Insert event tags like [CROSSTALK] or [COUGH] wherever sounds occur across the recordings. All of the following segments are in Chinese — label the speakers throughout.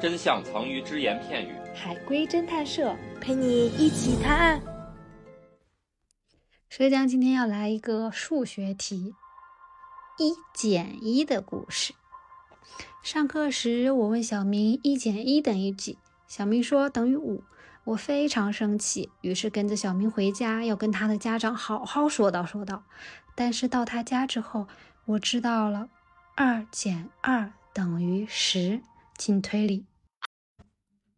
Speaker 1: 真相藏于只言片语。
Speaker 2: 海龟侦探社陪你一起探案。
Speaker 3: 浙江今天要来一个数学题，一减一的故事。上课时，我问小明一减一等于几，小明说等于五。我非常生气，于是跟着小明回家，要跟他的家长好好说道说道。但是到他家之后，我知道了，二减二等于十。请推理。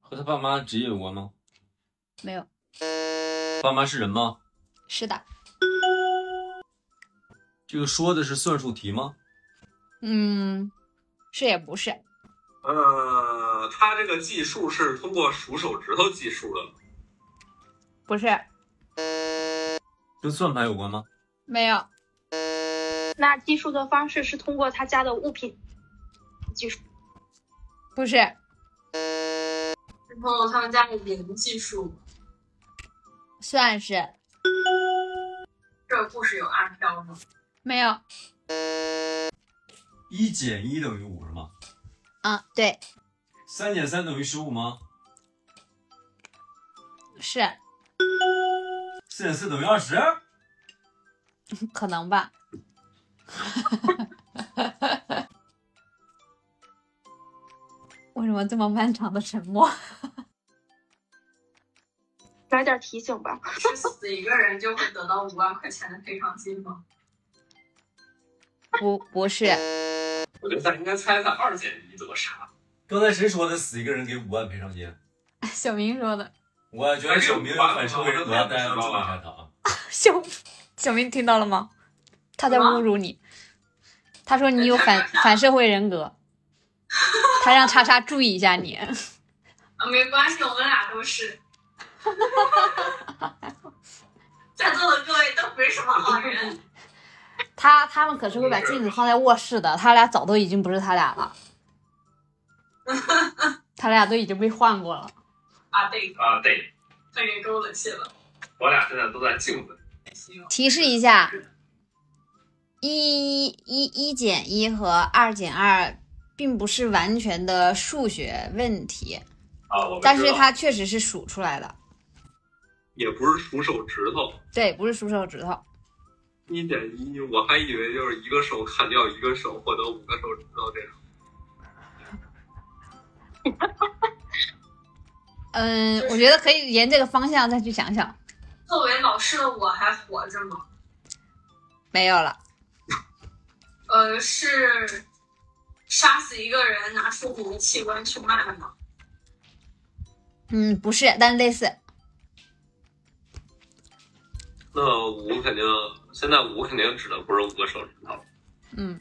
Speaker 4: 和他爸妈职业有关吗？
Speaker 3: 没有。
Speaker 4: 爸妈是人吗？
Speaker 3: 是的。
Speaker 4: 这个说的是算术题吗？
Speaker 3: 嗯，是也不是。
Speaker 5: 呃，他这个计数是通过数手指头计数的吗，
Speaker 3: 不是，
Speaker 4: 跟算盘有关吗？
Speaker 3: 没有，
Speaker 6: 那计数的方式是通过他家的物品计数，
Speaker 3: 不是，
Speaker 7: 然后他们家的人技术，
Speaker 3: 算是
Speaker 7: 这个故事有阿飘吗？
Speaker 3: 没有。
Speaker 4: 一减一等于五是吗？
Speaker 3: 啊，对，
Speaker 4: 三减三等于十五吗？
Speaker 3: 是
Speaker 4: 四减四等于二十？
Speaker 3: 可能吧。 [LAUGHS] 为什么这么漫长的沉默？ [LAUGHS]
Speaker 6: 来点提醒吧。
Speaker 7: 是死一个人就会得到五万块钱的赔偿金吗？
Speaker 3: 不，不是，
Speaker 5: 我觉得咱应该猜猜二减一得啥？
Speaker 4: 刚才谁说的死一个人给五万赔偿金？
Speaker 3: 小明说的。
Speaker 4: 我觉得小明有反社会人格，大家要注意一下他啊。
Speaker 3: 小小明听到了吗？他在侮辱你。他说你有反反社会人格。他让叉叉注意一下你。
Speaker 7: 啊，没关系，我们俩都是。在座的各位都不是什么好人，
Speaker 3: 他他们可是会把镜子放在卧室的，他俩早都已经不是他俩
Speaker 5: [LAUGHS]
Speaker 3: 了，他俩都已经被换过了。
Speaker 7: 啊对，
Speaker 5: 啊，对，
Speaker 7: 他给勾了去了。
Speaker 5: 我俩现在都在镜子。
Speaker 7: 行，
Speaker 3: 提示一下，一一一减一和二减二并不是完全的数学问题，
Speaker 5: 啊，我们
Speaker 3: 但是
Speaker 5: 知道
Speaker 3: 它确实是数出来的，
Speaker 5: 也不是数手指头，
Speaker 3: 对，不是数手指头。
Speaker 5: 一减一，我还以为就是一个手砍掉一个手，获得五个手指头这种。
Speaker 3: 嗯，我觉得可以沿这个方向再去想想。
Speaker 7: 作为老师的我还活着吗？
Speaker 3: 没有了，
Speaker 7: 呃，是杀死一个人，拿出你的器官去卖吗？
Speaker 3: 嗯，不是，但是类似，
Speaker 5: 那五肯定，现在五肯定指的不是五个手指头。
Speaker 3: 嗯，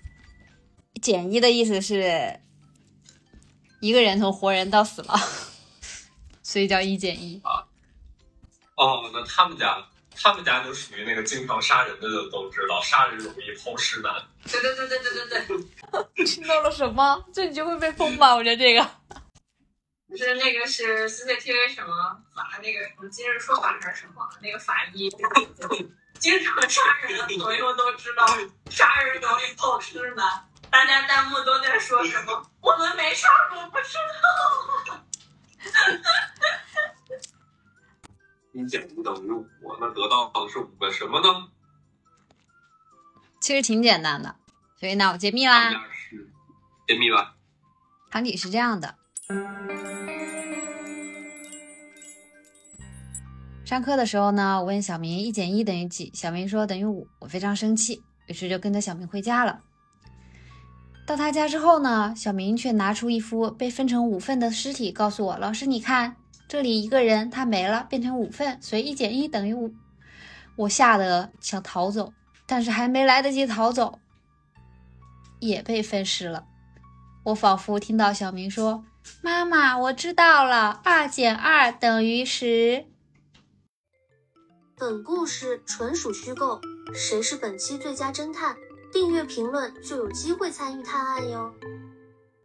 Speaker 3: 减一的意思是一个人从活人到死了， [LAUGHS] 所以叫一减一。
Speaker 5: 哦，那他们家，他们家就属于那个经常杀人的就都知道，杀人容易抛尸难。
Speaker 7: 对对对对对对对，
Speaker 3: 听到了什么？这你就会被封吧？我觉得这个
Speaker 7: 就是那个是 CCTV 什么法那个什么今日说法还是什么那个法医，经常杀人的朋友都知道，杀人容易抛尸难。大家弹幕都在说什么？我们没杀过，不知道。
Speaker 5: 一减一等于五，那得到的是五个什么呢？
Speaker 3: 其实挺简单的，所以那我揭秘
Speaker 5: 他们
Speaker 3: 啦。
Speaker 5: 家是揭秘吧？
Speaker 3: 堂姐是这样的：上课的时候呢，我问小明一减一等于几，小明说等于五，我非常生气，于是就跟着小明回家了。到他家之后呢，小明却拿出一副被分成五份的尸体，告诉我：“老师，你看，这里一个人他没了，变成五份，所以一减一等于五。”我吓得想逃走，但是还没来得及逃走，也被分尸了。我仿佛听到小明说：“妈妈，我知道了，二减二等于十。
Speaker 8: 本故事纯属虚构，谁是本期最佳侦探？订阅评论就有机会参与探案哟。